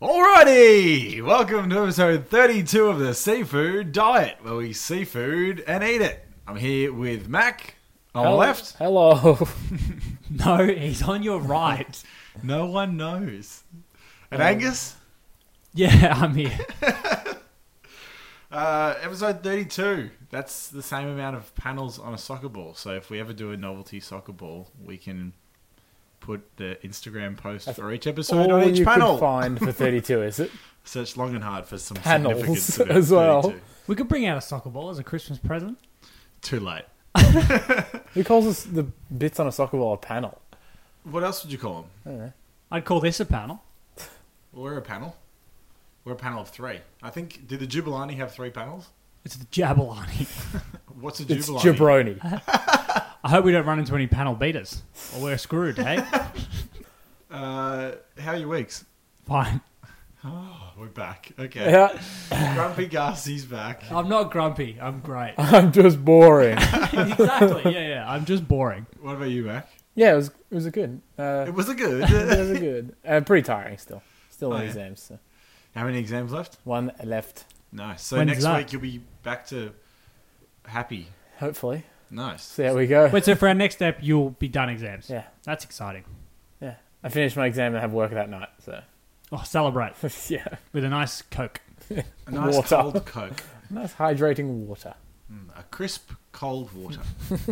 Alrighty! Welcome to episode 32 of the Seafood Diet, where we seafood and eat it. I'm here with Mac on my Hello- left. Hello. No, he's on your right. No one knows. And Um, Angus, yeah, I'm here. uh, episode 32. That's the same amount of panels on a soccer ball. So if we ever do a novelty soccer ball, we can put the Instagram post That's for each episode on All each you panel. could find for 32, is it? Search long and hard for some Panels significance to as well. 32. We could bring out a soccer ball as a Christmas present. Too late. Who calls us the bits on a soccer ball a panel? What else would you call them? I don't know. I'd call this a panel. We're a panel. We're a panel of three. I think. Did the Jubilani have three panels? It's the Jabberlani. What's a Jubilani? It's jabroni. I hope we don't run into any panel beaters, or we're screwed. Hey, Uh, how are your weeks? fine. Oh, we're back. Okay. Yeah, Grumpy Garcia's back. I'm not grumpy. I'm great. I'm just boring. exactly. Yeah, yeah. I'm just boring. What about you, Mac? Yeah, it was it was a good. Uh, It was a it good. was a good. Uh, pretty tiring still. Still Oh, on yeah. exams. So. how many exams left? One left, Nice. So When's next that? week you'll be back to happy. hopefully. Nice. So there we go. Wait, so for our next step, you'll be done exams. Yeah, That's exciting. yeah. I finished my exam and have work that night. So Oh, celebrate yeah, with a nice Coke. A nice Water. cold Coke. nice hydrating water. Mm, a crisp cold water.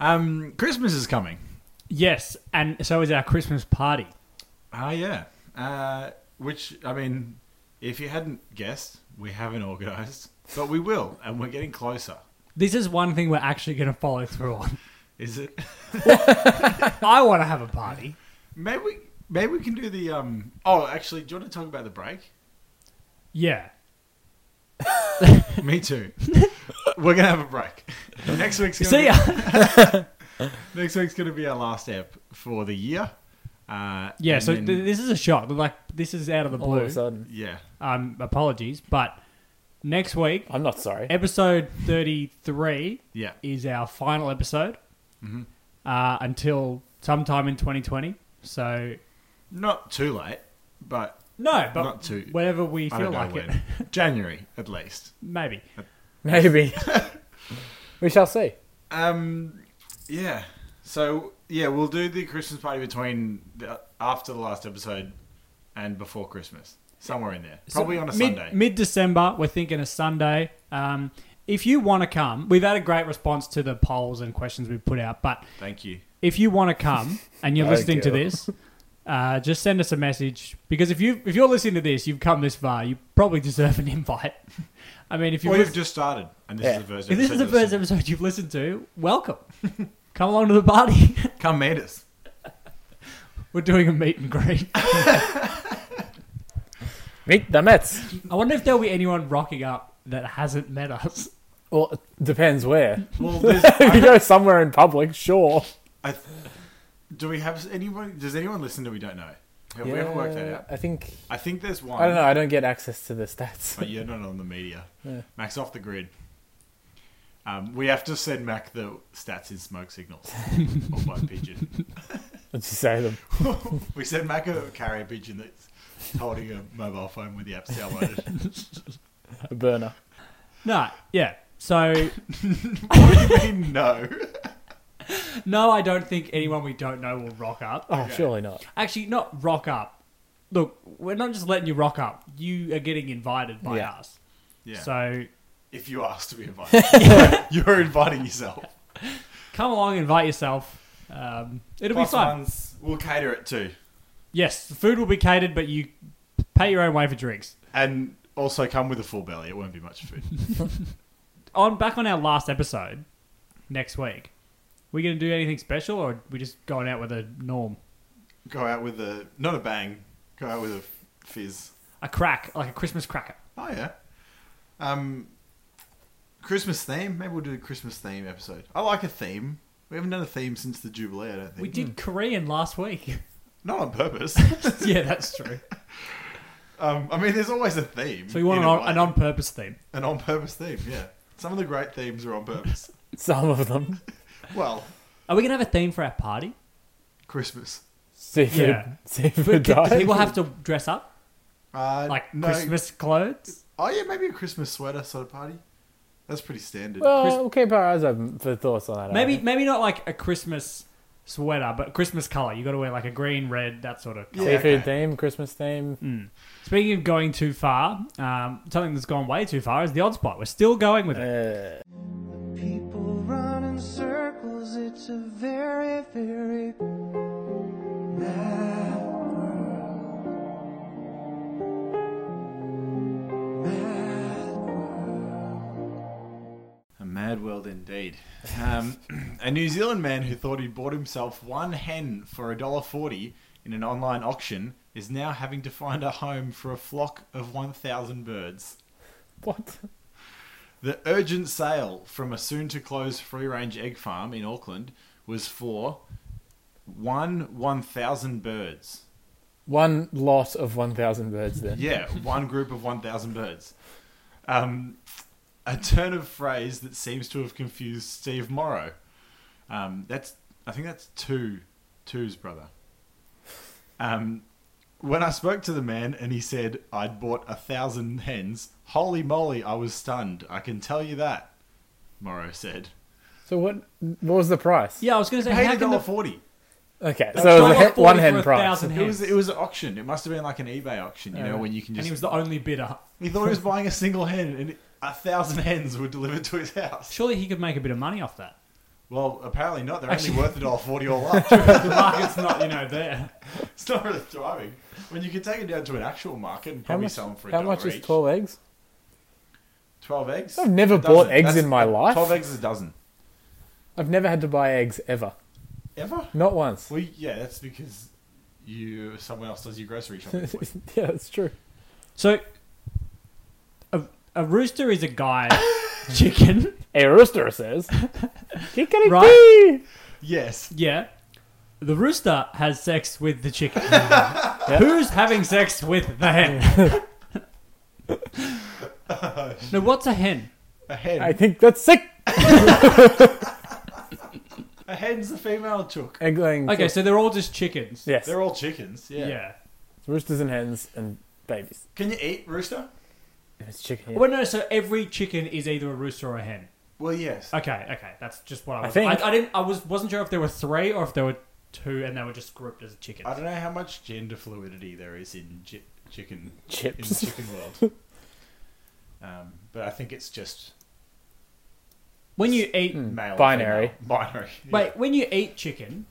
um, Christmas is coming. Yes, and so is our Christmas party. Ah, yeah. Uh, which, I mean, if you hadn't guessed, we haven't organised, but we will, and we're getting closer. This is one thing we're actually going to follow through on. Is it? I want to have a party. Maybe we, maybe we can do the. Um, oh, actually, do you want to talk about the break? Yeah. Me too. we're gonna have a break. Next week's gonna See be, ya. next week's gonna be our last ep for the year. Uh, Yeah, and so then- th- this is a shock. Like this is out of the All of blue. a sudden, yeah, Um, apologies, but next week, I'm not sorry. episode thirty-three yeah, is our final episode Mhm. uh, until sometime in twenty twenty. So not too late, but no, but Not too- whenever we I feel don't know like it, when. January at least. maybe. Maybe we shall see. Um, yeah. So yeah, we'll do the Christmas party between the, after the last episode and before Christmas, somewhere in there, probably So on a mid, Sunday. Mid December, we're thinking a Sunday. Um, if you want to come, we've had a great response to the polls and questions we've put out, but Thank you. if you want to come and you're Thank listening to you. this, uh, just send us a message because if you if you're listening to this, you've come this far, you probably deserve an invite. I mean, if you Or have you've just started, and this Yeah. is the first. if this is the episode first you'll episode you've listened to, welcome. come along to the party. see. Come meet us. We're doing a meet and greet. Meet the Mets. I wonder if there'll be anyone rocking up that hasn't met us. Well, it depends where. Well, there's, if I, you go somewhere in public, sure. I, do we have anyone? Does anyone listen that we don't know? Have we ever worked that out? I think I think there's one. I don't know. I don't get access to the stats. But you're not on the media. Yeah. Max off the grid. Um, we have to send Mac the stats in smoke signals or by pigeon. Let's just say them. we sent Mac a carrier pigeon that's holding a mobile phone with the app downloaded. A burner. No, yeah. So what do you mean, no? no, I don't think anyone we don't know will rock up. Oh, surely not. Actually, not rock up. Look, we're not just letting you rock up. You are getting invited by Yeah. us. Yeah. So if you asked to be invited, you're inviting yourself. come along, invite yourself. Um, it'll Plus be fun. ones, we'll cater it too. Yes, the food will be catered, but you pay your own way for drinks. And also come with a full belly. It won't be much food. On back on our last episode next week, we going to do anything special, or we just going out with a norm, Go out with a, not a bang, go out with a fizz. a crack, like a Christmas cracker? Oh, yeah. Um, Christmas theme. Maybe we'll do a Christmas theme episode. I like a theme. We haven't done a theme since the Jubilee, I don't think. Hmm. We did Korean last week. Not on purpose. yeah, that's true. Um, I mean, there's always a theme. So we want in an a on, way. an on-purpose theme. an on purpose theme. Yeah, some of the great themes are on purpose. Some of them. well, Are we gonna have a theme for our party? Christmas. Seafood, Yeah. seafood Do diet. people have to dress up Uh, like no. Christmas clothes. Oh yeah, maybe a Christmas sweater sort of party. That's pretty standard. Well, Chris- we'll keep our eyes open for thoughts on that. Maybe alright? maybe not like a Christmas sweater, but Christmas color. You got to wear like a green, red, that sort of. Color. Yeah, seafood okay. theme, Christmas theme. Mm. Speaking of going too far, um, something that's gone way too far is the odd spot. We're still going with it. Uh, People run in circles, it's a very, very mad world. Mad world. A mad world indeed. Um, a New Zealand man who thought he'd bought himself one hen for $1.40 in an online auction is now having to find a home for a flock of 1,000 birds. what? The urgent sale from a soon to close free range egg farm in Auckland was for one 1,000 birds. One lot of 1,000 birds then. Yeah, one group of 1,000 birds. Um, a turn of phrase that seems to have confused Steve Morrow. Um, that's, I think that's two, two's brother. Um, when I spoke to the man and he said I'd bought a thousand hens, holy moly, I was stunned. I can tell you that, Morrow said. So what What was the price? Yeah, I was gonna say Paid how a can dollar the forty. Okay, That's so it was a dollar he- forty one for hen a price. thousand It was hens. it was an auction. It must have been like an eBay auction, you know, when you can and just he was the only bidder. He thought he was buying a single hen, and a thousand hens were delivered to his house. Surely he could make a bit of money off that. Well, apparently not. They're Actually- only worth a dollar forty all up. The market's not, you know, there. it's not really thriving. When you could take it down to an actual market and How probably much, sell them for a how dollar much is each. 12 eggs? Twelve eggs. I've never A bought dozen. eggs in my life. Twelve eggs is a dozen. I've never had to buy eggs ever. Ever? Not once. Well, yeah, that's because you someone else does your grocery shopping. for you. yeah, that's true. So, a, a rooster is a guy chicken, A rooster says, Kickity Right. yes. yeah. The rooster has sex with the chicken. Who's having sex with the hen? no, what's a hen? A hen. I think that's sick. A hen's a female chook. Egg laying. Okay, so they're all just chickens. yes. They're all chickens. Yeah. Yeah. Roosters and hens and babies. Can you eat rooster? If it's chicken. Well, no, so every chicken is either a rooster or a hen. Well, yes. Okay, okay, that's just what I I was. I, think- I, didn't. I was wasn't sure if there were three or if there were two, and they were just grouped as chickens. I don't know how much gender fluidity there is in chi- chicken in the Chips. chicken world, um, but I think it's just When you eat, male and Binary. female. binary. Yeah. wait, when you eat chicken,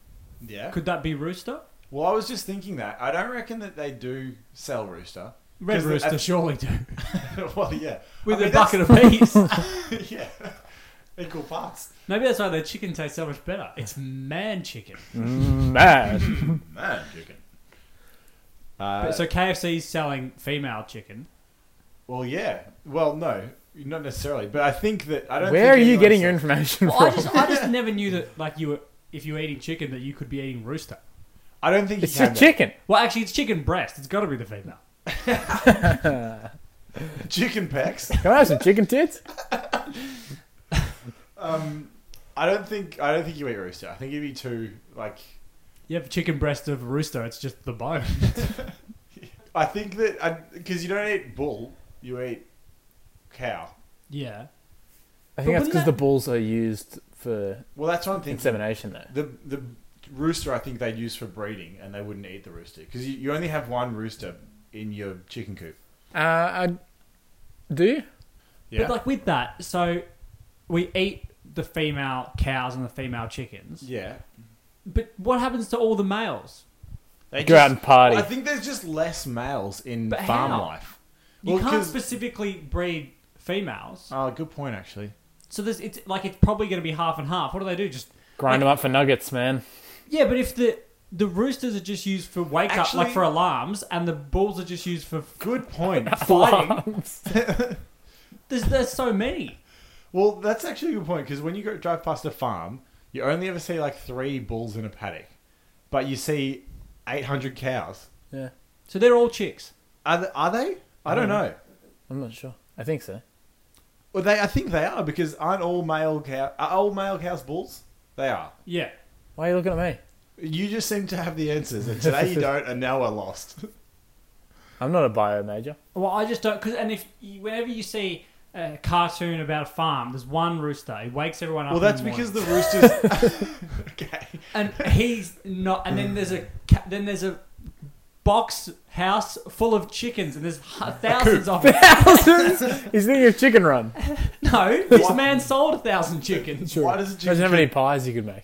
yeah. could that be rooster? Well, I was just thinking that I don't reckon that they do sell rooster. Red 'Cause the- rooster, surely do well, yeah, with I mean, a bucket of peas. that's- yeah, equal parts. Maybe that's why their chicken tastes so much better. It's man chicken. Mm, Mad. Man, chicken. But- Uh, so KFC's selling female chicken. well, yeah. Well, no, not necessarily. But I think that I don't. Where are think you anyone getting sells- your information Well, from? I just, I just never knew that like you were if you were eating chicken that you could be eating rooster. I don't think you It's can a that. chicken. Well, actually, it's chicken breast. It's got to be the female. chicken packs. Can I have some chicken tits? Um, I don't think I don't think you eat rooster. I think you'd be too like. You have chicken breast of rooster. It's just the bone. I think that because you don't eat bull, you eat cow. yeah. I think wouldn't that's because the that- bulls are used for Well, that's one thing. insemination, though. The the rooster I think they'd use for breeding, and they wouldn't eat the rooster because you, you only have one rooster in your chicken coop. Uh, I, do you? Yeah. But like with that, so we eat the female cows and the female chickens. yeah. But what happens to all the males? They Go out and party. I think there's just less males in But farm how? life. You Well, can't 'cause- specifically breed females. Oh, good point actually. So there's it's like it's probably going to be half and half. What do they do? Just Grind them up for nuggets, man. yeah, but if the the roosters are just used for wake up, Actually- like for alarms, and the bulls are just used for Good point. fighting. there's there's so many. well, that's actually a good point because when you go drive past a farm, you only ever see like three bulls in a paddock, but you see 800 cows. Yeah, So they're all chicks. Are they? Are they? I don't know. I'm not sure. I think so. Well, they. I think they are because aren't all male cow? Are all male cows bulls? They are. Yeah. Why are you looking at me? You just seem to have the answers, and today you don't, and now we're lost. I'm not a bio major. Well, I just don't. Cause, and if you, whenever you see a cartoon about a farm, there's one rooster. He wakes everyone up. Well, in the that's because morning. the roosters. okay. and he's not. And then there's a ca- then there's a box house full of chickens, and there's hu- thousands of them. Thousands? He's thinking of chicken run. No, this man sold a thousand chickens. Sure. Why does a Imagine chicken? how many Coop, pies you could make.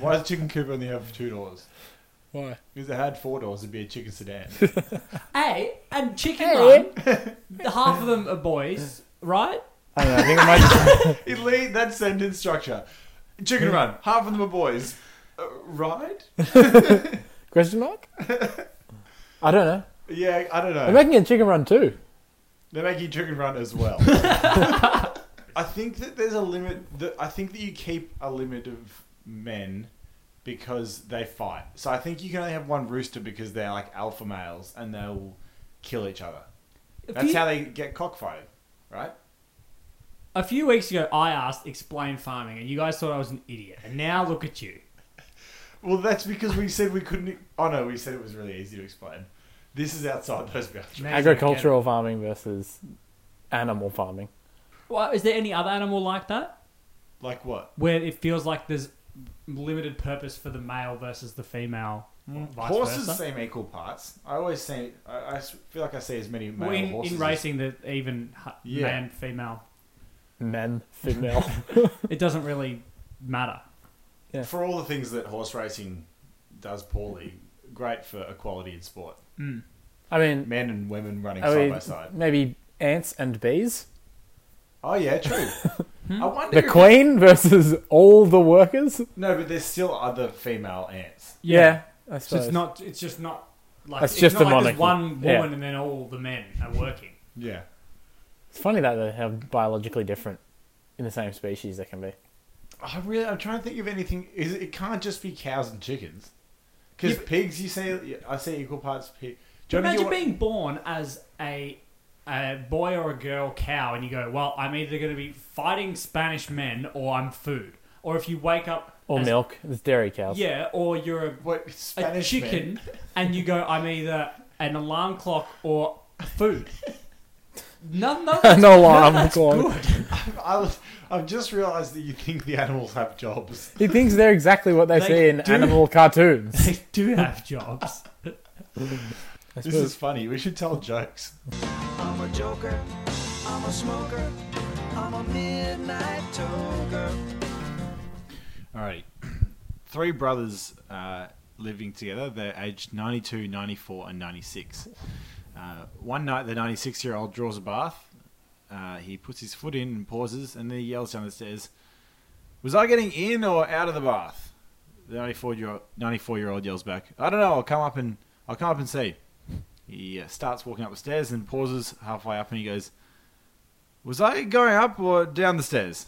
why does a chicken coop only have two doors? Why? Because if it had four doors, it'd be a chicken sedan. Hey, and chicken Hey. run. Half of them are boys, right? I don't know. I think it might just. Elite that sentence structure. Chicken run. Half of them are boys. Uh, right? Question mark? I don't know. Yeah, I don't know. They're making a chicken run too. They're making chicken run as well. I think that there's a limit. That I think that you keep a limit of men because they fight. So I think you can only have one rooster because they're like alpha males and they'll kill each other. A That's few- how they get cockfighting, right? A few weeks ago, I asked, explain farming, and you guys thought I was an idiot. And now look at you. Well, that's because we said we couldn't. Oh no, we said it was really easy to explain. This is outside those boundaries. Now you get Agricultural farming versus animal farming. it. Well, is there any other animal like that? Like what? Where it feels like there's limited purpose for the male versus the female? or Vice Mm. horses versa? seem equal parts. I always see. I, I s- feel like I see as many male Well, in, horses. in as- racing, that even hu- Yeah. man, female, Men, female. it doesn't really matter. for all the things that horse racing does poorly, great for equality in sport. I mean, Men and women running I side mean, by side. maybe ants and bees. Oh yeah, true. I wonder. The if- queen versus all the workers. no, but there's still other female ants. I So suppose. it's not. It's just not like That's it's just not a like there's monarchy. one woman Yeah. and then all the men are working. Yeah. It's funny that they have biologically different in the same species they can be. I really. I'm trying to think of anything. Is it can't just be cows and chickens? Because Yeah, but- pigs, you say. I see equal parts. Pig. Do you Imagine remember your- being born as a a boy or a girl cow, and you go, "Well, I'm either going to be fighting Spanish men, or I'm food." Or if you wake up, Or as- milk. It's dairy cows. yeah, or you're a, What a Spanish men? chicken, and you go, "I'm either an alarm clock or food." None, none of that's, no alarm none of that's clock. good. I was, I've just realised that you think the animals have jobs. He thinks they're exactly what they, They see in do. animal cartoons. They do have jobs. I This suppose. is funny. We should tell jokes. I'm a joker, I'm a smoker, I'm a midnight toker. Alrighty. Three brothers uh, living together. They're aged 92, 94, and 96. Uh, one night, the 96 year old draws a bath. Uh, he puts his foot in and pauses, and then he yells down the stairs, Was I getting in or out of the bath? The 94 year, 94 year old yells back, I don't know. I'll come up and, I'll come up and see. He uh, starts walking up the stairs and pauses halfway up and he goes, Was I going up or down the stairs?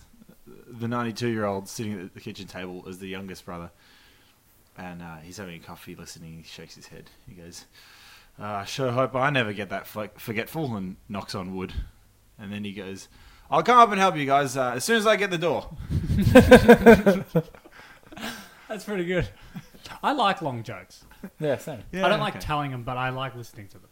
the 92 year old sitting at the kitchen table is the youngest brother. And uh, he's having a coffee, listening. He shakes his head. He goes, "Uh, I sure hope I never get that fle- forgetful and knocks on wood. And then he goes, I'll come up and help you guys uh, as soon as I get the door. That's pretty good. I like long jokes. yeah, same. I don't like telling them, but I like listening to them.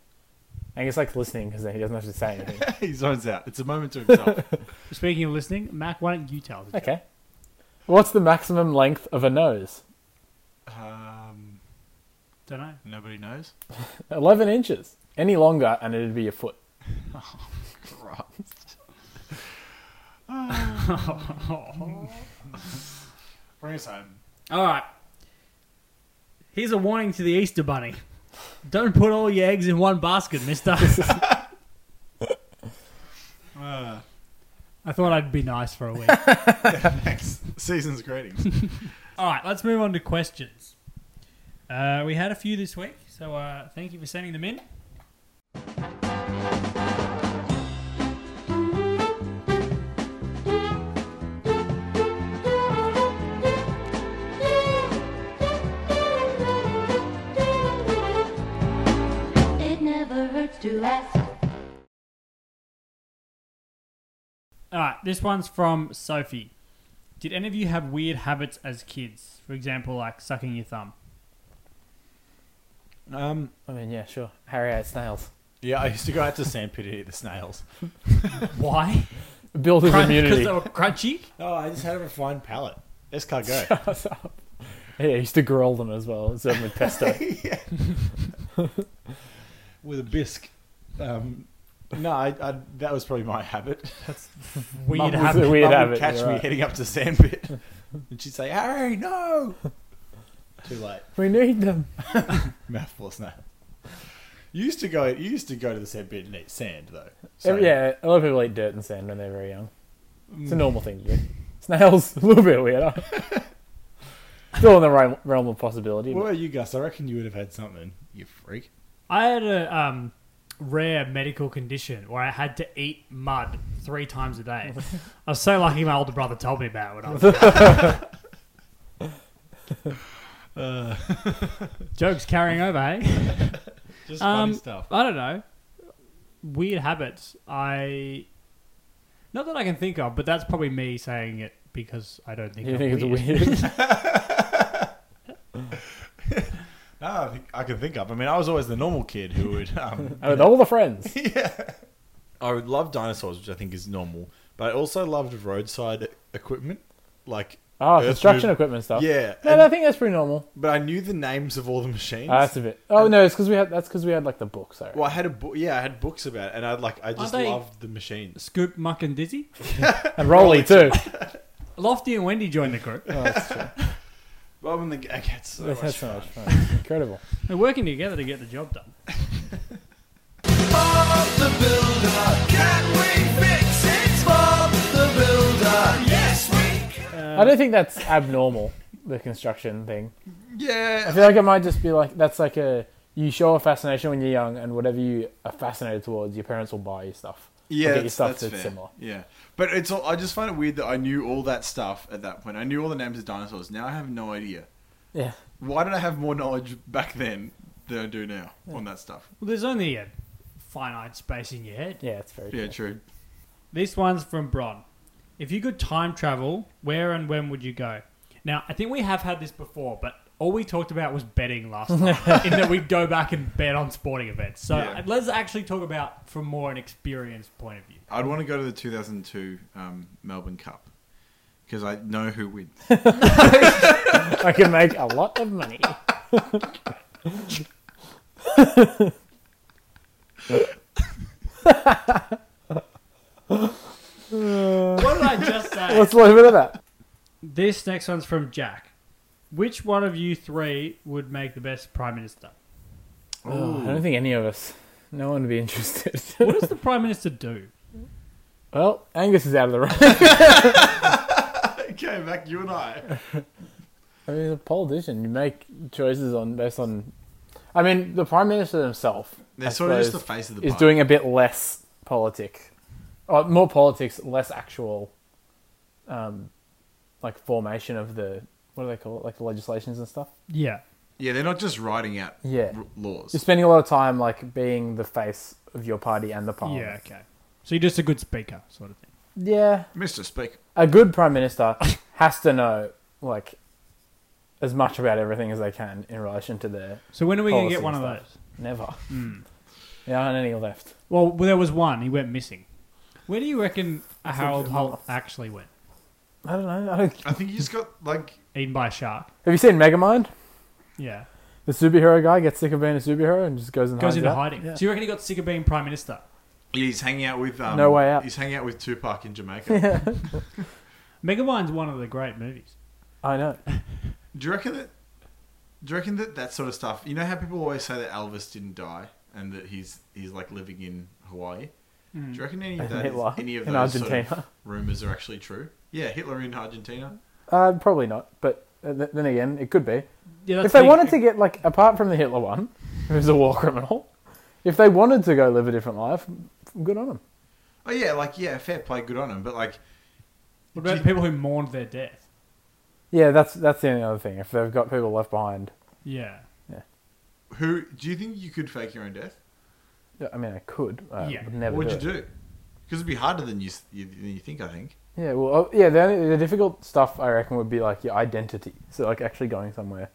Angus likes listening because then he doesn't have to say anything. he zones out. It's a moment to himself. Speaking of listening, Mac, why don't you tell the joke? okay. What's the maximum length of a nose? um, Don't know. nobody knows. 11 inches. Any longer, and it'd be a foot. Bring us home. All right. Here's a warning to the Easter Bunny. Don't put all your eggs in one basket, mister. Uh, I thought I'd be nice for a week. thanks. Season's greetings. all right, let's move on to questions. Uh, we had a few this week, so uh, thank you for sending them in. It never hurts to ask. All right, this one's from Sophie. Did any of you have weird habits as kids? For example, like sucking your thumb. Um, I mean, yeah, sure. Harry ate snails. yeah, I used to go out to sandpit to eat the snails. Why? Build his Because immunity. they were crunchy. Oh, I just had a refined palate. Escargot. yeah, he used to grill them as well, serve them with pesto. with a bisque. Um, no, I, I, that was probably my habit. Weird Mum was habit. a weird Mum would habit. catch you're me right. heading up to sandpit, and she'd say, "Harry, no!" Too late. We need them. Mouthful snail. You used to go. You used to go to the sandpit and eat sand, though. Oh, Yeah, a lot of people eat dirt and sand when they're very young. It's a normal thing to do. Snails, a little bit weirder. Still in the realm, realm of possibility. What but- about you, Gus? I reckon you would have had something. You freak. I had a um, rare medical condition where I had to eat mud three times a day. I was so lucky my older brother told me about it when I was. Uh, Jokes carrying over, hey? just Um, funny stuff. I don't know. Weird habits. I. Not that I can think of, but that's probably me saying it because I don't think, you I'm think weird. it's weird? No, I, think, I can think of. I mean, I was always the normal kid who would. Um, and with all the friends. I would love dinosaurs, which I think is normal, but I also loved roadside equipment, like Oh, Earth construction move- equipment stuff. Yeah, No, and- no, I think that's pretty normal. but I knew the names of all the machines. Ah, that's a bit. Oh no, it's because we had. That's because we had like the book. Sorry. Well, I had a book. Yeah, I had books about, it, and I like I just they- loved the machines. Scoop, Muck, and Dizzy. And Rolly too. Lofty and Wendy joined the group. Oh, that's true. Well, when the g- I get so That's much so fun. much fun. Incredible. They're working together to get the job done. Bob the Builder, can we fix it? Bob the Builder, yes we can. I don't think that's abnormal. The construction thing. I Yeah, feel like it might just be like that's like a you show a fascination when you're young, and whatever you are fascinated towards, your parents will buy you stuff. Or yeah, get you that's, stuff that's that's fair. similar. Yeah, but it's all. I just find it weird that I knew all that stuff at that point. I knew all the names of dinosaurs. Now I have no idea. Yeah. Why did I have more knowledge back then than I do now on that stuff? Well, there's only a finite space in your head. Yeah, it's very. Yeah, true. true. This one's from Bron. If you could time travel, where and when would you go? Now, I think we have had this before, but all we talked about was betting last time, in that we'd go back and bet on sporting events. So Yeah. let's actually talk about from more an experience point of view. I'd want to go to the 2002 um, Melbourne Cup because I know who wins. I can make a lot of money. What did I just say? Let's leave it at that. this next one's from Jack. Which one of you three would make the best prime minister? Oh, I don't think any of us. No one would be interested. What does the prime minister do? well, Angus is out of the running. okay, Mac, you and I. I mean, he's a politician. You make choices on based on. I mean, the prime minister himself They're I sort of just the suppose, face of the is party. doing a bit less politic, or more politics, less actual, um, like formation of the what do they call it, like the legislations and stuff. Yeah. Yeah, they're not just writing out Yeah. r- laws. You're spending a lot of time like being the face of your party and the parliament. Yeah, okay. So you're just a good speaker, sort of thing. Yeah, Mr. Speaker. a good prime minister has to know like as much about everything as they can in relation to their So when are we going to get Policy one of stuff. those? never. Hmm. There aren't any left. Well, there was one. He went missing. Where do you reckon a Harold Holt actually went? I don't know. I don't... I think you just got like Eaten by a shark. Have you seen Megamind? Yeah. The superhero guy gets sick of being a superhero and just goes and Goes hides into out. hiding. Yeah. So you reckon he got sick of being prime minister? yeah, he's hanging out with um, No way out. He's hanging out with Tupac in Jamaica. Megamind's one of the great movies. I know. do you reckon that? Do you reckon that that sort of stuff? You know how people always say that Elvis didn't die and that he's he's like living in Hawaii. Do you reckon any of that is- Hitler any of in those sort of Argentina. rumors are actually true? Yeah, Hitler in Argentina. Uh, probably not, but uh, th- then again, it could be. Yeah, if they wanted to get like apart from the Hitler one, who was a war criminal, if they wanted to go live a different life, good on them. Oh yeah, like yeah, fair play, good on him. But like, What about the people who mourned their death? Yeah, that's that's the only other thing. If they've got people left behind, Yeah. who do you think you could fake your own death? I mean, I could. I Yeah. would never. what would do you do? Because it'd be harder than you, s- you than you think. I think Yeah, well, oh, yeah. The, only, the difficult stuff I reckon would be like your identity. So like actually going somewhere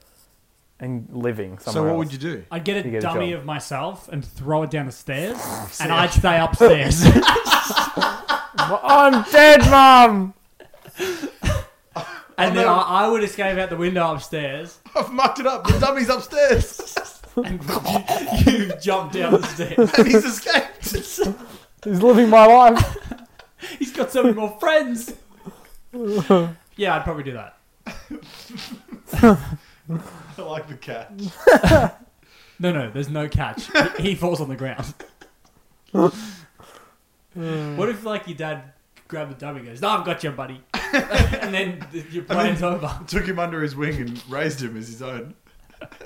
and living somewhere. so what else. would you do? I'd get a You get a dummy job. of myself and throw it down the stairs, and I'd stay upstairs. Well, I'm dead, mum. and then I, I would escape out the window upstairs, I've mucked it up. The dummy's upstairs, and you, you jump down the stairs. and he's escaped. He's living my life. He's got so many more friends. Yeah, I'd probably do that. I like the cat. No, no, there's no catch. he, he falls on the ground. what if, like, your dad grabbed the dummy and goes, No, I've got you, buddy. and then th- your plan's over. Took him under his wing and raised him as his own.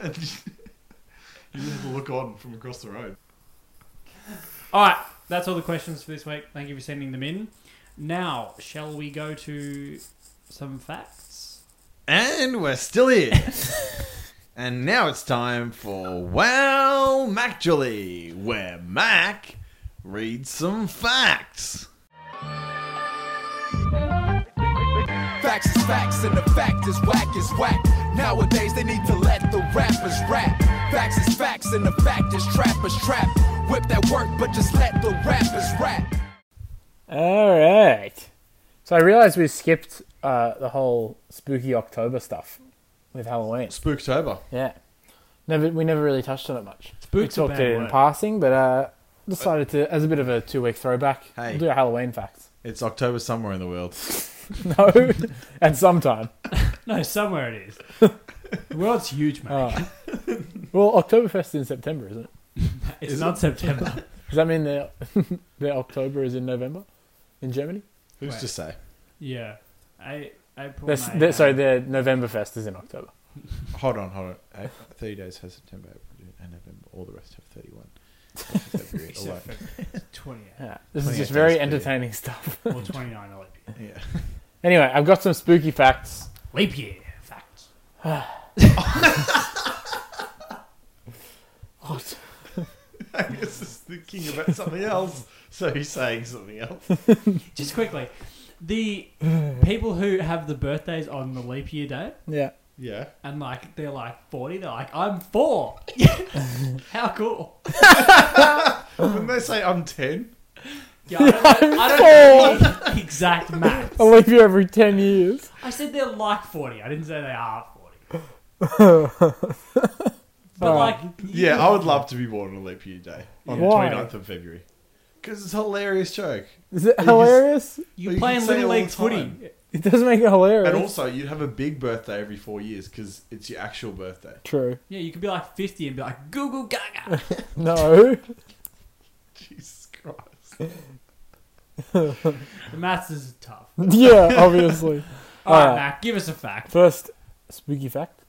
And you just have to look on from across the road. All right, that's all the questions for this week. Thank you for sending them in. Now, shall we go to some facts? And we're still here. and now it's time for Well Macjulie, where Mac reads some facts. Facts is facts and the fact is whack is whack. Nowadays they need to let the rappers rap. Facts is facts and the fact is trappers trap. Whip that work, but just let the rappers rap. All right. So I realised we skipped uh, the whole spooky October stuff with Halloween. Spooktober. Yeah. Never, we never really touched on it much. we Spook's a talked bad it in word. passing, but uh, decided to, as a bit of a two-week throwback, Hey. we'll do a Halloween facts. It's October somewhere in the world. No, at some time. No, somewhere it is. the world's huge, man. Oh. well, Oktoberfest in September, isn't it? it's not September. Does that mean their their October is in November in Germany? Who's Wait. to say? yeah. I, April, Their, s- May, their, sorry, uh, their Novemberfest is in October. Hold on, hold on. Eh, Thirty days has September, April, June, and November. All the rest have thirty-one. February, except alone. for 28 Yeah, this is 28 just days, very but yeah. entertaining stuff. or 29 or leap year. Yeah. Anyway, I've got some spooky facts. Leap year facts. This is thinking about something else, so he's saying something else. Just quickly, the people who have the birthdays on the leap year day Yeah, Yeah. and like they're like 40, they're like, I'm four. How cool. When they say I'm ten, Yeah, I don't, know- I don't know the exact math. I leave you every ten years. I said they're like 40. I didn't say they are 40. but like, yeah, I would love to be born on a leap year day on Why? the 29th of February because it's a hilarious joke. Is it hilarious? you're you can playing say Little all the League time. footy. It does make it hilarious. And also, you'd have a big birthday every four years because it's your actual birthday. True. Yeah, you could be like 50 and be like, goo goo gaga. No. Jesus Christ. the maths is tough. yeah, obviously. All right, Alright. Mac, give us a fact. First spooky fact: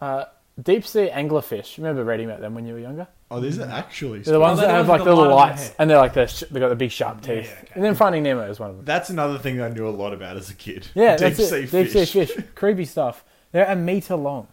uh, deep sea anglerfish. Remember reading about them when you were younger? Oh, these are actually. They're the ones they're that the have ones with like the the little light on their lights, head. and they're like they're sh- they got the big sharp teeth. yeah, okay. And then Finding Nemo is one of them. That's another thing I knew a lot about as a kid. Yeah, deep that's it. sea deep fish. sea fish. Creepy stuff. They're a meter long.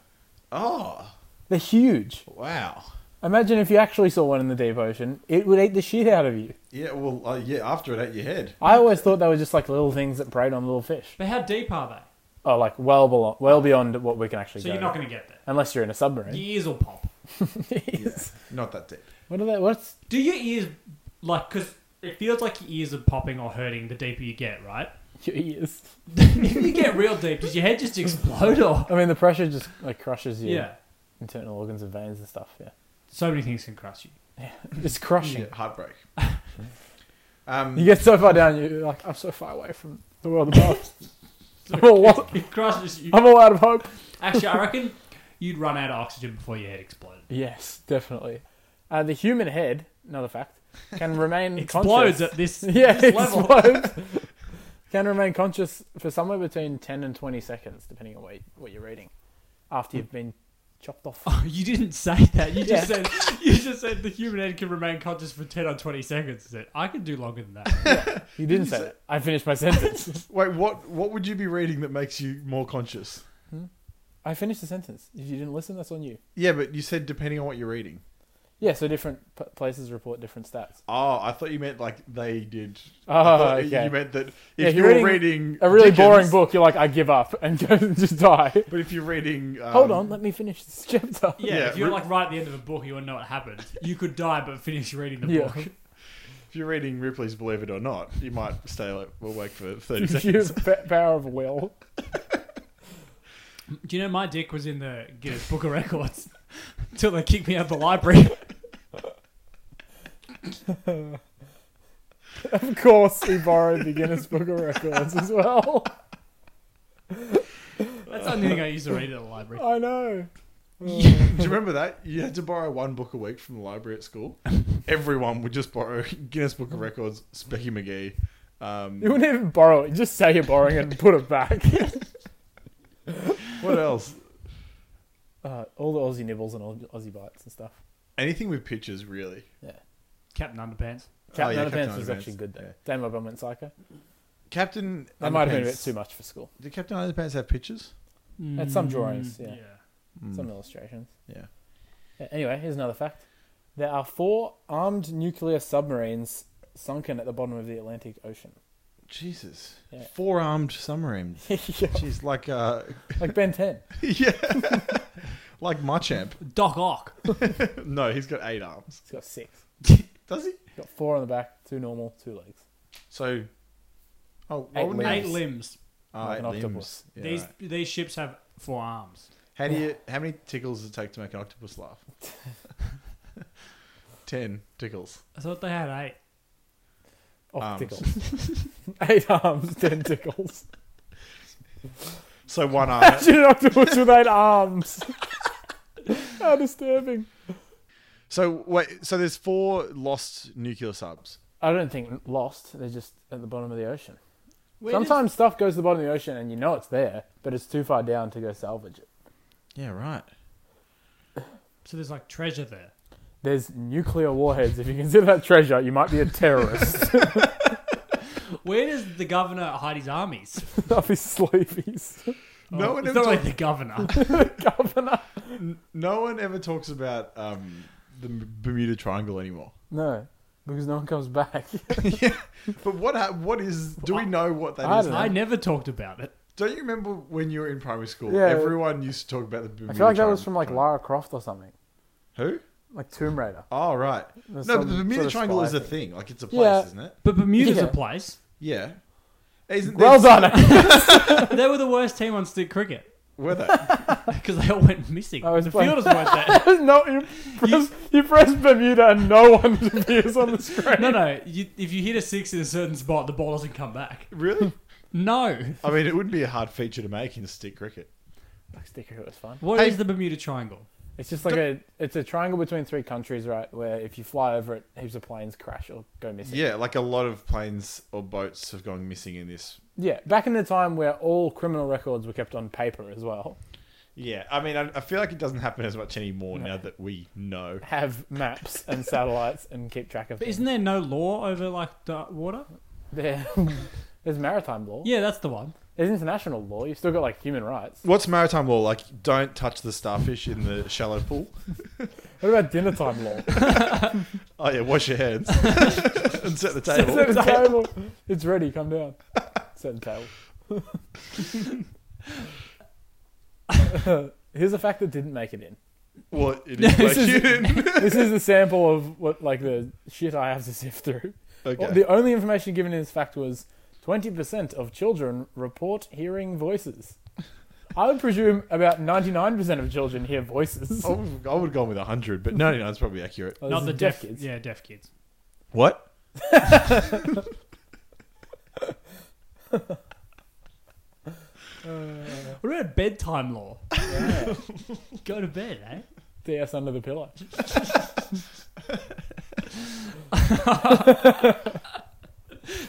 Oh, They're huge. wow. Imagine if you actually saw one in the deep ocean, it would eat the shit out of you. Yeah, well, uh, yeah. After it ate your head, I always thought they were just like little things that preyed on little fish. But how deep are they? Oh, like well below, well beyond what we can actually So go. you're not going to get there. Unless you're in a submarine. Your ears will pop. Jeez. not that deep. What are they? What's Do your ears like? Because it feels like your ears are popping or hurting the deeper you get, right? your ears? if you get real deep, does your head just explode or? I mean, the pressure just like crushes Yeah. your internal organs and veins and stuff. Yeah, So many things can crush you. it's crushing. Yeah, heartbreak. um, You get so far down, you're like, I'm so far away from the world above. I'm all, lo- It crushes you. I'm all out of hope. Actually, I reckon you'd run out of oxygen before your head exploded. Yes, definitely. Uh, the human head, another fact, can remain Explodes conscious. at this, yeah, this level. explodes. can remain conscious for somewhere between 10 and 20 seconds, depending on what, you- what you're reading, after you've been chopped off. Oh, you didn't say that. You just said you just said the human head can remain conscious for ten or twenty seconds. Is it? I can do longer than that. You didn't say that. I finished my sentence. wait, what? What would you be reading that makes you more conscious? I finished the sentence. If you didn't listen, that's on you. Yeah, but you said depending on what you're reading. Yeah, so different p- places report different stats. Oh, I thought you meant like they did. I Oh, thought okay. You meant that if Yeah, if you're you're reading, A really Dickens- boring book, you're like, I give up and go just die. but if you're reading, um, Hold on, let me finish this chapter. Yeah, Yeah, if you're re- like right at the end of a book, you wouldn't know what happened. You could die, but finish reading the Yeah. book. if you're reading Ripley's Believe It or Not, you might stay like, awake for thirty If you seconds. have p- power of will. Do you know my dick was in the Guinness Book of Records until they kicked me out of the library? Of course, he borrowed the Guinness Book of Records as well. That's the only thing I used to read at the library. I know. Do you remember that? You had to borrow one book a week from the library at school. Everyone would just borrow Guinness Book of Records, Specky McGee. Um, Mm. You wouldn't even borrow it. You just say you're borrowing it and put it back. what else? Uh, all the Aussie nibbles and Aus- Aussie bites and stuff. Oh, Anything with pictures, really. Captain Underpants. Oh, Captain yeah, Underpants Captain was Underpants. actually good though. Yeah. Dan my bum went psycho. Captain. That might have been a bit Underpants. too much for school. Did Captain Underpants have pictures? That's some drawings, yeah. Some Mm, illustrations. yeah. Yeah, anyway, here's another fact. There are four armed nuclear submarines sunken at the bottom of the Atlantic Ocean. Jesus. Yeah. Four armed submarines. She's like, uh, Like Ben 10. yeah, like Machamp. Doc Ock. No, he's got eight arms. It's got six. Does he? It's got four on the back, two normal, two legs. So, oh, Eight wouldn't Eight he- limbs. Oh, Like eight an limbs. octopus. Yeah, these right. these ships have four arms. How do you? How many tickles does it take to make an octopus laugh? Ten tickles. I thought they had eh? eight. Oh, Arms. tickles. eight arms, ten tickles. So one arm. Imagine an octopus with eight arms. How disturbing. so wait. So there's four lost nuclear subs. I don't think lost. They're just at the bottom of the ocean. Where does- Sometimes stuff goes to the bottom of the ocean and you know it's there, but it's too far down to go salvage it. Yeah. Right. so there's like treasure there. There's nuclear warheads. If you consider that treasure, you might be a terrorist. Where does the governor hide his armies? Off his sleeves. No Oh, one it's ever not talks. like the governor. Governor. No one ever talks about um, the Bermuda Triangle anymore. No, because no one comes back. But what? ha- What is? Do we know what that is? I don't know. I never talked about it. Don't you remember when you were in primary school? Yeah. Everyone used to talk about the Bermuda I feel like that Triangle. was from like Lara Croft or something, Who? like Tomb Raider. Oh, right. There's no, but some the Bermuda sort of Triangle spy is a thing. thing. Like, it's a place, Yeah. isn't it? But Bermuda's Yeah. a place. Yeah. Isn't Well there- done. They were the worst team on stick cricket Were they? because they all went missing. I was the playing- fielders weren't there. no, you press, you press Bermuda and no one appears on the screen. No, no. You, if you hit a six in a certain spot, the ball doesn't come back. really? No. I mean, it wouldn't be a hard feature to make in stick cricket. Sticker, it was fun. What is Hey- the Bermuda Triangle? It's just like a it's a triangle between three countries, right? Where if you fly over it, heaps of planes crash or go missing. Yeah, like a lot of planes or boats have gone missing in this. Yeah, back in the time where all criminal records were kept on paper as well, Yeah, I mean, I, I feel like it doesn't happen as much anymore now that we know. have maps and satellites and keep track of. But things. isn't there no law over like the water? there? There's maritime law. Yeah, that's the one. There's international law. You've still got like human rights. What's maritime law? Like, don't touch the starfish in the shallow pool. What about dinner time law? Oh, yeah, wash your hands and set the table. Set the table. It's ready. Come down. Set the table. Here's a fact that didn't make it in. What? It is This like is- you- This is a sample of what like the shit I have to sift through. Okay. The only information given in this fact was 20% of children report hearing voices. I would presume about 99% of children hear voices. I would I would have gone with 100, but 99 is probably accurate. Oh, Not this the is deaf kids. Yeah, deaf kids. What? What about bedtime law? Uh, Yeah. Go to bed, eh? DS under the pillow.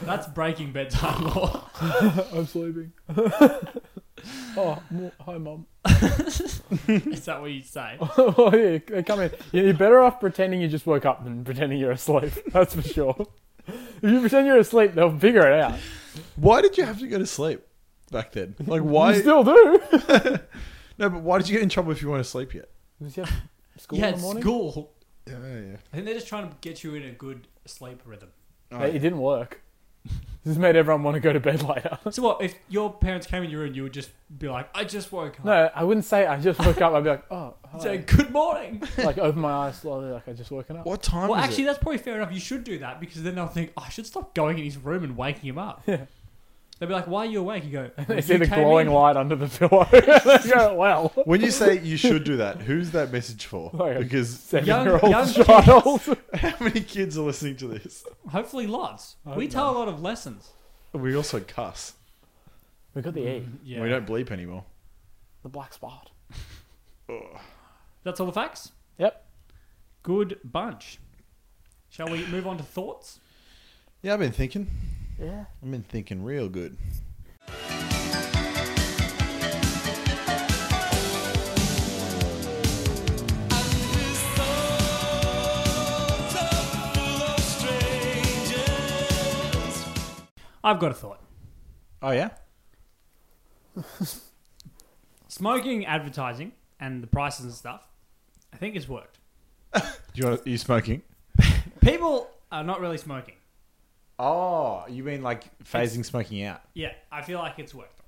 That's breaking bedtime law. I'm sleeping. oh, mo- hi, mum. Is that what you say? oh yeah, they come in. Yeah, You're better off pretending you just woke up than pretending you're asleep. That's for sure. If you pretend you're asleep, they'll figure it out. Why did you have to go to sleep back then? Like, why? You still do. no, but why did you get in trouble if you weren't asleep yet? Did you have school yeah, in the it's morning? school. Yeah, yeah. I think they're just trying to get you in a good sleep rhythm. It didn't work. This made everyone want to go to bed later. So what if your parents came in your room? You would just be like, "I just woke up." No, I wouldn't say I just woke up. I'd be like, oh, hi. Say good morning. like open my eyes slowly, like I just woken up. What time well, is it? actually, that's probably fair enough. You should do that because then they'll think "Oh, I should stop going in his room and waking him up. Yeah. They'll be like, "Why are you awake?" You go. They "You see the came glowing in." light under the pillow. They go, well, When you say you should do that, who's that message for? Like a Because seven-year-old young child. how many kids are listening to this? Hopefully, lots. We tell a lot of lessons. We also cuss. we got the E, Yeah. We don't bleep anymore. the black spot. That's all the facts. Yep. Good bunch. Shall we move on to thoughts? Yeah, I've been thinking. Yeah. I've been thinking real good. I've got a thought. Oh yeah. Smoking advertising and the prices and stuff. I think it's worked. Do you want? Are you smoking? People are not really smoking. Oh, you mean like phasing smoking out? Yeah, I feel like it's worked.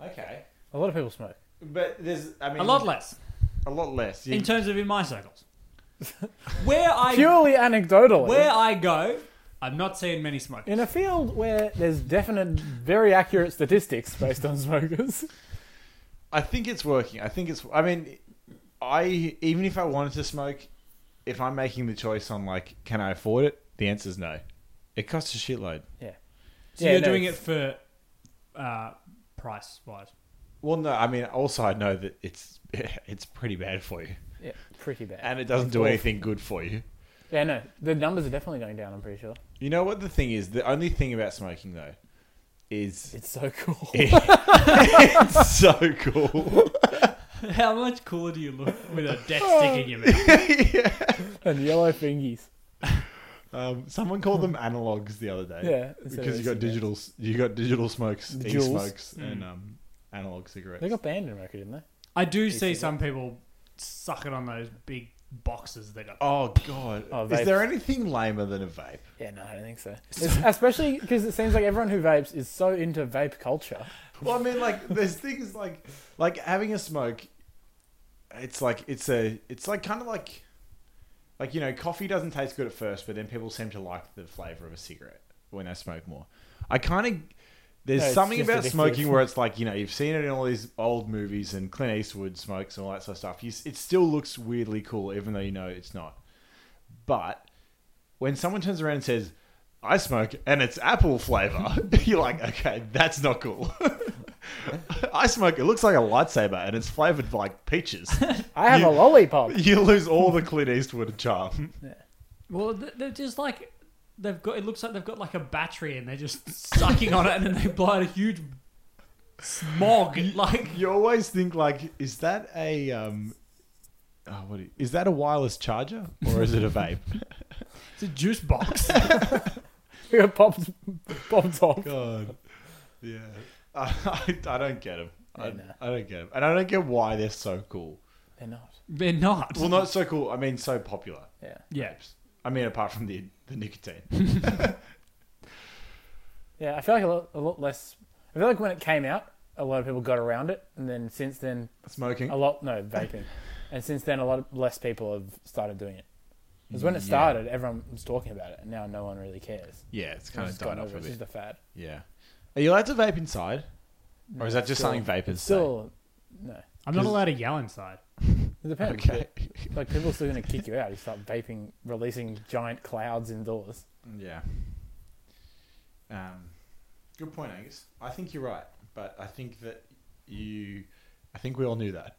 Okay, A lot of people smoke. but there's. I mean, A lot less A lot less. You- in terms of in my circles. Where I Purely anecdotally. where I go, I'm not seeing many smokers. in a field where there's definite, very accurate statistics based on smokers. I think it's working. I think it's. I mean, I even if I wanted to smoke, if I'm making the choice on like, can I afford it? The answer is no. It costs a shitload. So Yeah, you're no, doing it it's- for uh, price wise. Well, no. I mean, also I know that it's it's pretty bad for you, Yeah, pretty bad. and it doesn't do awful. anything good for you. yeah, no, the numbers are definitely going down. I'm pretty sure. You know what the thing is? The only thing about smoking though is It's so cool. it's so cool. How much cooler do you look with a death stick in your mouth? and yellow fingies. Um, someone called them analogs the other day. Yeah, it's because you got interesting, yeah. digital, you got digital smokes, The e jewels. Mm. smokes, and um, analog cigarettes. They got banned in America, didn't they? I do see some people sucking on those big boxes they got. Oh god! Oh, Is vapes. there anything lamer than a vape? Yeah, no, I don't think so. It's- Especially because it seems like everyone who vapes is so into vape culture. Well, I mean, like there's things like like having a smoke. It's like it's a it's like kind of like like you know coffee doesn't taste good at first, but then people seem to like the flavor of a cigarette when they smoke more. I kind of there's No, it's something just about addictive. smoking where it's like you know you've seen it in all these old movies and Clint Eastwood smokes and all that sort of stuff. You, s- it still looks weirdly cool, even though you know it's not. But when someone turns around and says, "I smoke and it's apple flavor," you're like, "Okay, that's not cool." I smoke. It looks like a lightsaber, and it's flavored like peaches. I have You- a lollipop. you lose all the Clint Eastwood charm. Well, th- they're just like they've got. It looks like they've got like a battery, and they're just sucking on it, and then they blow out a huge smog. Like You always think like, is that a um, oh, what do you- is that a wireless charger or is it a vape? it's a juice box. We got popped, popped off. God, yeah, I, I, I don't get them. I, Yeah, no. I don't get them, and I don't get why they're so cool. They're not. They're not. Well, not so cool. I mean, so popular. Yeah. yeah. I mean, apart from the the nicotine. Yeah, I feel like a lot, a lot less. I feel like when it came out, a lot of people got around it, and then since then, Smoking. a lot no vaping, and since then, a lot of less people have started doing it. Because when it started, everyone was talking about it, and now no one really cares. Yeah, it's kind It's of just gone died off over. a It's just bit. a fad. Yeah. Are you allowed to vape inside? Or is that just still- something vapors Still, no. I'm not 'Cause- allowed to yell inside. It say? depends. Okay. but, Like people are still going to kick you out. You start vaping, releasing giant clouds indoors. yeah. Um, good point, Angus. I think you're right, but I think that you, I think we all knew that.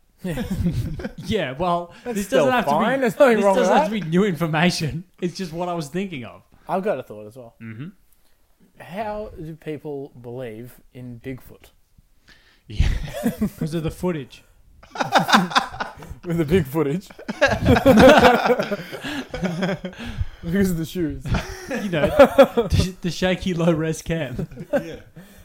Yeah. Well, this still doesn't have to fine. be. There's nothing this wrong with doesn't have that. to be new information. It's just what I was thinking of. I've got a thought as well. Mm-hmm. How do people believe in Bigfoot? Because of the footage. With the big footage. because of the shoes. You know, the, the shaky low res cam. yeah.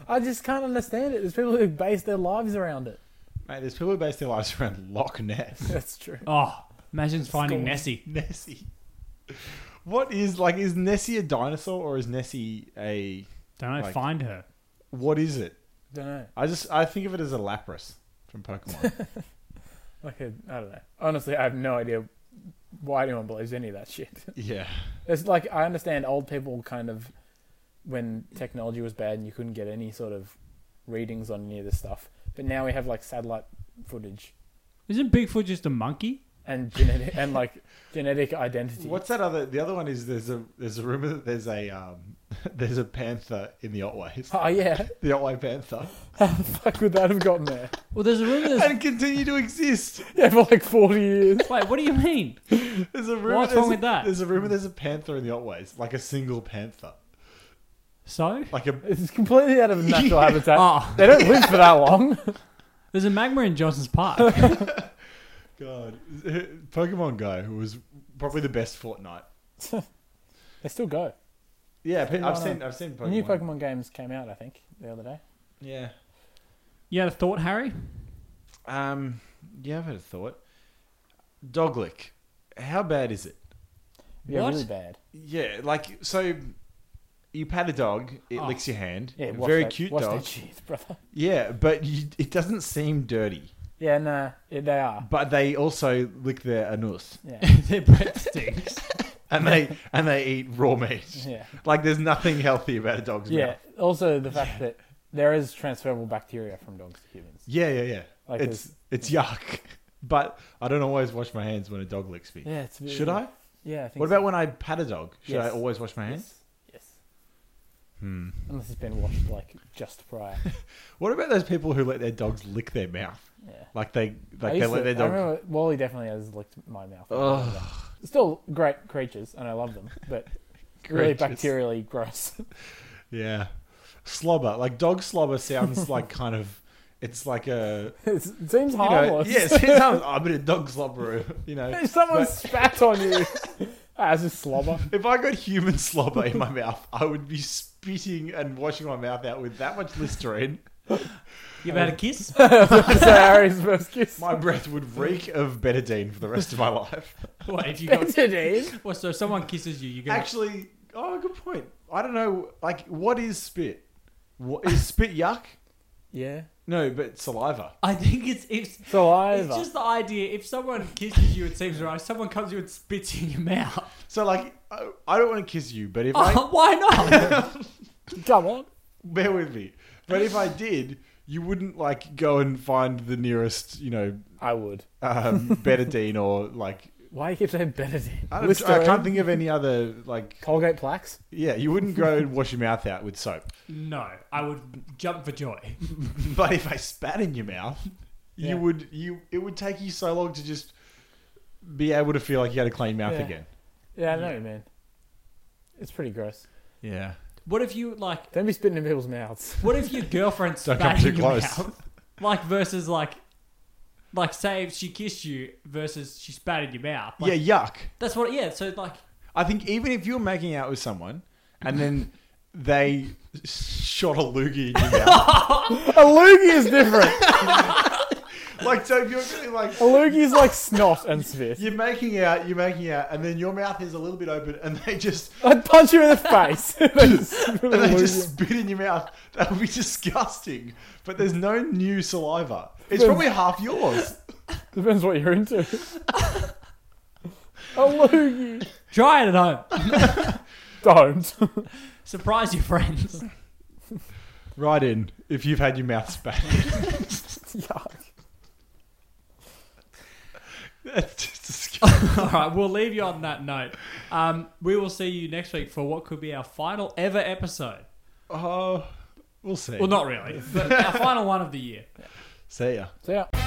I just can't understand it. There's people who base their lives around it. Mate, there's people who base their lives around Loch Ness. That's true. Oh, imagine finding Nessie. Nessie. What is like? Is Nessie a dinosaur or is Nessie a? Don't know. Like- find her. What is it? don't know. I just I think of it as a Lapras from Pokemon. Like a, I don't know. Honestly, I have no idea why anyone believes any of that shit. yeah, It's like I understand old people kind of when technology was bad and you couldn't get any sort of readings on any of this stuff. But now we have like satellite footage Isn't Bigfoot just a monkey? and genetic and like genetic identity. What's that other? The other one is there's a there's a rumor that there's a um there's a panther in the Otways, Oh yeah, the Otway panther, how the fuck would that have gotten there? Well, there's a rumor. That's, and continue to exist. Yeah, for like forty years. wait, what do you mean? There's a rumor. What's there's wrong a- with that? There's a rumor there's a panther in the Otways, like a single panther, So like a It's completely out of natural habitat. Ah. They don't live for that long. there's a magma in Johnson's Park. god. Pokemon Go who was probably the best Fortnite. They still go. Yeah, pe- No, I've no. seen I've seen The Pokemon. new Pokemon games came out, I think, the other day. Yeah. you had a thought, Harry? Um. Yeah, I've had a thought. Doglick, how bad is it? Yeah, What? really bad. Yeah, like so. You pat a dog, it Oh. licks your hand. Yeah, wash very that- cute wash dog. That shit, brother. Yeah, but you, it doesn't seem dirty. Yeah, nah, yeah, they are. But they also lick their anus Yeah, Their breath stinks. and they and they eat raw meat. yeah. Like there's nothing healthy about a dog's Yeah. mouth. Also, the fact that there is transferable bacteria from dogs to humans. Yeah, yeah, yeah. Like it's it's yuck. But I don't always wash my hands when a dog licks me. Yeah, it's a bit- Should I? Yeah, I think. What about when I pat a dog? Should I Yes. always wash my hands? Yes. yes. Hmm. Unless it's been washed like just prior. What about those people who let their dogs lick their mouth? Yeah. Like they I like they used let to- their I dog. remember Wally definitely has licked my mouth. Still great creatures, and I love them, but really Creatures. bacterially gross. Yeah, slobber. Like dog slobber sounds like kind of. It's like a It's- it seems you know, harmless. yes. It sounds. I'm a bit of dog slobber. You know, If someone But- spat on you, as a slobber. If I got human slobber in my mouth, I would be spitting and washing my mouth out with that much Listerine. You've had a kiss? So Harry's first kiss. My breath would reek of betadine for the rest of my life. what, if you got, Benadine. well, so if someone kisses you, you go. Actually, oh, good point. I don't know. Like, what is spit? What is spit yuck? Yeah. No, but saliva. I think it's it's, Saliva. it's just the idea. If someone kisses you, it seems right. If someone comes to you and spits in your mouth. So, like, I I don't want to kiss you, but if I Oh, why not? Come on. bear with me, but if I did, you wouldn't like go and find the nearest, you know, I would. um, betadine or like. Why you keep saying Benadine? I, don't, I Listerine? can't think of any other like Colgate plaques. Yeah, you wouldn't go and wash your mouth out with soap. no, I would jump for joy. But if I spat in your mouth, Yeah. you would you it would take you so long to just be able to feel like you had a clean mouth Yeah. again. Yeah, I know, man. It's pretty gross. Yeah. What if you like? Don't be spitting in people's mouths. What if your girlfriend Don't spat come too in your close. mouth? Like versus like, like say if she kissed you versus she spat in your mouth. Like, yeah, yuck. that's what. Yeah, so like I think even if you were making out with someone and then they shot a loogie in your mouth. A loogie is different. like so if you're really like A loogie is like snot and spit. you're making out, you're making out, and then your mouth is a little bit open and they just I'd punch you in the face. and and they just spit in your mouth. That would be disgusting. But there's no new saliva. It's probably half yours. Depends what you're into. A loogie. try it at home. Don't. Surprise your friends. Right in if you've had your mouth spat. Yuck. That's just disgusting. All right, we'll leave you on that note. Um, we will see you next week for what could be our final ever episode. Oh, we'll see. Well, not really, but our final one of the year. see ya. So yeah.